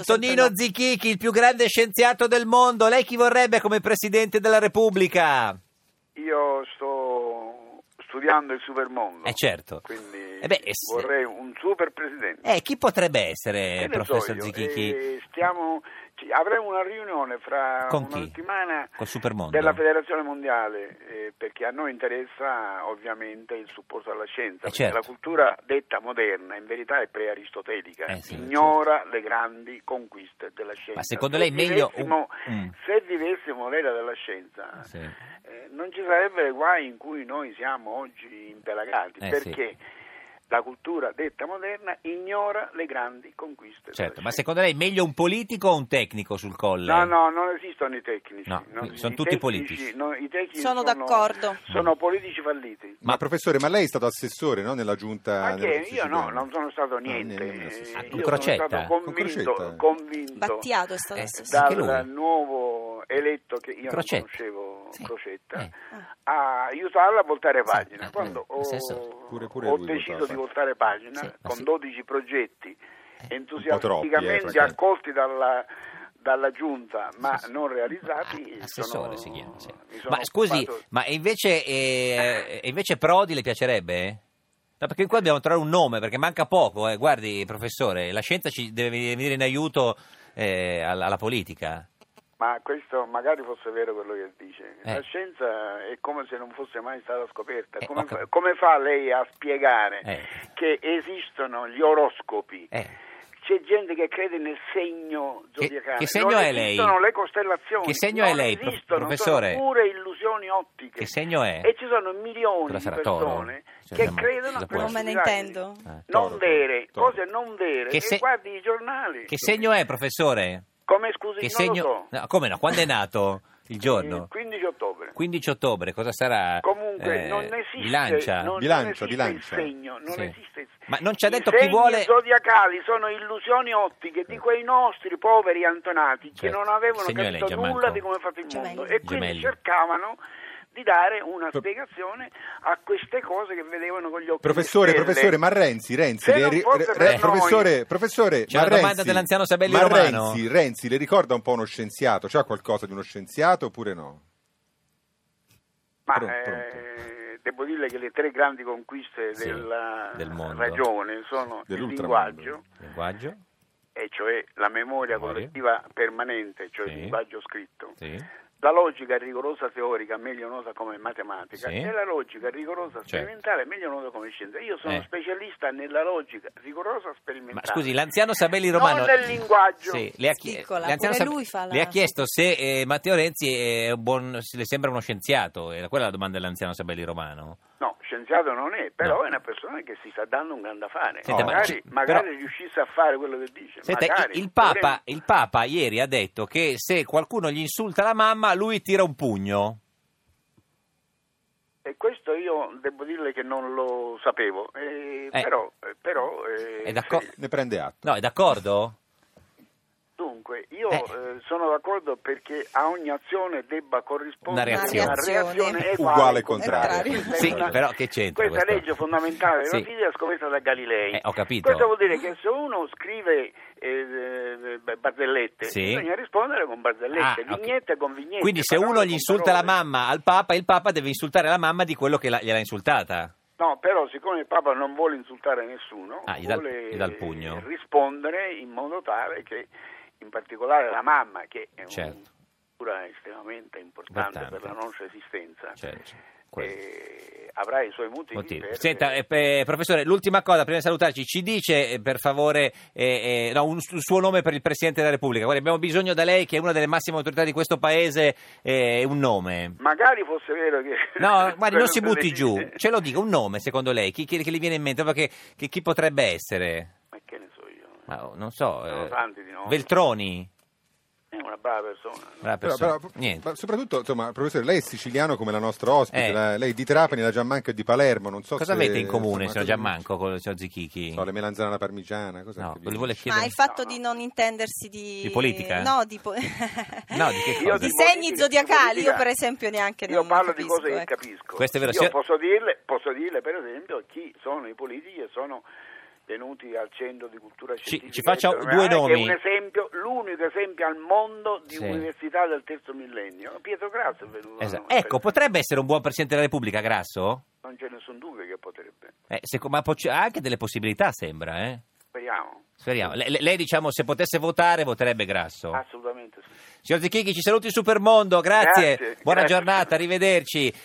Antonino sempre Zichichi, il più grande scienziato del mondo, lei chi vorrebbe come presidente della Repubblica? Io sto studiando il supermondo. Eh certo. Quindi Eh beh, e se- vorrei un super presidente. Eh, chi potrebbe Che essere, ne Eh, professor so io, Zichichi? eh, stiamo- ci- avremo una riunione fra Con una chi? settimana Col Supermondo? della Federazione Mondiale, eh, perché a noi interessa ovviamente il supporto alla scienza, Eh, perché certo. la cultura detta moderna in verità è pre-aristotelica, Eh, sì, ignora le grandi conquiste della scienza. Ma secondo Se lei meglio un- vivessimo- mm. Se vivessimo l'era della scienza, Sì. eh, non ci sarebbero i guai in cui noi siamo oggi impelagati, Eh, perché la cultura detta moderna ignora le grandi conquiste. Certo, della ma scienza. secondo lei meglio un politico o un tecnico sul colle? No, no, non esistono i tecnici. No, non- sono i tutti politici. no, i tecnici Sono d'accordo. Sono politici falliti. Ma- Ma professore, ma lei è stato assessore no? nella giunta? Ah, Ma nella che? Io no, siciliana? non sono stato No, niente. nemmeno un assessore. Ah, Eh, Con Io Crocetta? sono stato Con convinto, Crocetta. convinto Battiato è stato Eh, stesso. sì. Anche dal lui. nuovo eletto che io Crocetta. non conoscevo Sì. Crocetta Eh. a aiutarla a voltare Sì, pagina. eh, Quando eh, assessore. ho, Pure- pure ho lui deciso voltava di pagina. voltare pagina Sì, ma con sì. Eh, 12 progetti troppi, eh, entusiasticamente francamente. accolti dalla dalla giunta ma non realizzati Ah, Assessore esatto, sono- si chiama, sì. mi sono Ma scusi, occupato- ma invece, eh, e invece Prodi le piacerebbe? No, perché qua dobbiamo trovare un nome, perché manca poco. eh. Guardi, professore, la scienza ci deve venire in aiuto eh, alla, alla politica. Ma questo magari fosse vero quello che dice. Eh. La scienza è come se non fosse mai stata scoperta. Eh, ho come, fa, capito. come fa lei a spiegare Eh. che esistono gli oroscopi? Eh, C'è gente che crede nel segno Che- zodiacale. che segno non è lei? esistono le costellazioni. Che segno non è lei, prof- esistono, professore? Sono pure illusioni ottiche. Che segno è? E ci sono milioni Quella di sarà Toro? persone Cioè, che ma- credono a cosa può Non me ne queste intendo. stupidaggini. Eh, Non Toro, vere, Toro. cose non vere. Che e se- guardi i giornali. Che segno è, professore? Come scusi, Che non segno... lo so. No, come no? Quando è nato il giorno? Il 15 ottobre. 15 ottobre, cosa sarà? Comunque Eh, non esiste, Bilancia. non- non Bilancia, esiste bilancia. il segno, non Sì. esiste il Ma non ci ha I detto chi segni vuole- Eh. zodiacali sono illusioni ottiche di quei nostri poveri antonati che Certo. non avevano Segno è lei, capito Gianmarco? nulla di come è fatto il mondo Gemelli. e quindi Gemelli. cercavano di dare una Pro- spiegazione a queste cose che vedevano con gli occhi Professore, di stelle. professore, ma Renzi, Renzi, Se le non ri- fosse re- per noi- professore, professore, C'è ma una domanda Renzi- dell'anziano Sabelli ma Romano. Renzi, Renzi, le ricorda un po' uno scienziato? C'ha qualcosa di uno scienziato oppure no? Ma Pronto, eh, pronto. devo dirle che le tre grandi conquiste Sì, della del mondo. ragione sono il Dell'ultramondo. linguaggio, Linguaggio? e cioè la memoria Memoria. collettiva permanente, cioè Sì. il linguaggio scritto. Sì. La logica rigorosa teorica, meglio nota come matematica, Sì. e la logica rigorosa Certo. sperimentale, meglio nota come scienza. Io sono Eh. specialista nella logica rigorosa Ma sperimentale. scusi, l'anziano Sabelli Romano... Non nel linguaggio. Sì, le ha, chi- Spiccola, l'anziano pure Sab- lui fa la- le ha chiesto se eh, Matteo Renzi è un buon- se le sembra uno scienziato. Era quella la domanda dell'anziano Sabelli Romano. No, scienziato non è, però No. è una persona che si sta dando un grande affare. Senta, ma magari ci- magari però- riuscisse a fare quello che dice. Senta, i- magari. il, Papa, il Papa ieri ha detto che se qualcuno gli insulta la mamma, lui tira un pugno. E questo io devo dirle che non lo sapevo, eh, Eh. però... eh, però, eh, È d'accordo? Ne prende atto. No, è d'accordo? Dunque, io Eh. eh, sono d'accordo perché a ogni azione debba corrispondere Una una reazione, reazione. Uguale e contraria. Contraria. Sì, Questa- però che c'entra Questa questo? legge fondamentale della Sì. fisica è scoperta da Galilei. Eh, ho capito. Questo vuol dire che se uno scrive eh, eh, barzellette, Sì. bisogna rispondere con barzellette, Ah, ok. vignette con vignette. Quindi se parole uno gli con insulta la parole. mamma al Papa, il Papa deve insultare la mamma di quello che la- gliel'ha insultata. No, però siccome il Papa non vuole insultare nessuno, Ah, gli dà il- vuole gli dà il pugno. rispondere in modo tale che in particolare la mamma, che è Certo. una figura estremamente importante, Importante. per la nostra esistenza, Certo, quello. eh, avrà i suoi motivi. Motivo. per- Senta, eh, pe- professore, l'ultima cosa prima di salutarci, ci dice eh, per favore eh, eh, no, un su- suo nome per il Presidente della Repubblica. Guardi, abbiamo bisogno da lei, che è una delle massime autorità di questo Paese, eh, un nome. Magari fosse vero che... No, guardi, non si quello butti che giù, dice- ce lo dica, un nome secondo lei, chi, chi- che le viene in mente, Proprio che, che- chi potrebbe essere? Ma che ne so io, Ma, oh, non so, Sono tanti di nomi. Veltroni, è una brava persona. no? Brava Però- persona. però- niente. ma soprattutto, insomma, professore, lei è siciliano come la nostra ospite, Eh. la- lei è di Trapani, la Giammanco è di Palermo, non so Cosa se... avete in comune, signor insomma, cosa- Giammanco, con il signor Zichichi? So, le melanzane alla parmigiana, cosa No, che vi- le vuole Ma chiedere... il fatto No, no. di non intendersi di... Di politica? eh? No, di, po- No, di che cosa? Di di segni politica- zodiacali, di io politica- per esempio neanche Io non parlo capisco, di cose che ecco. capisco. Questo è vero, Io signor- posso, dirle, posso dirle, per esempio, chi sono i politici e sono tenuti al Centro di Cultura Scientifica. ci faccia internazionale, due nomi. Che è un esempio, l'unico esempio al mondo di Sì. università del terzo millennio. Pietro Grasso è venuto. da Esatto. noi. Ecco, potrebbe essere un buon Presidente della Repubblica, Grasso? Non c'è nessun dubbio che potrebbe. Eh, seco- ma po- c'è- ha anche delle possibilità, sembra, eh? Speriamo. Speriamo. Le- le- lei, diciamo, se potesse votare, voterebbe Grasso. Ah. Assolutamente sì. Signor Zichichi, ci saluti Supermondo, grazie. Grazie, Buona grazie. giornata, arrivederci.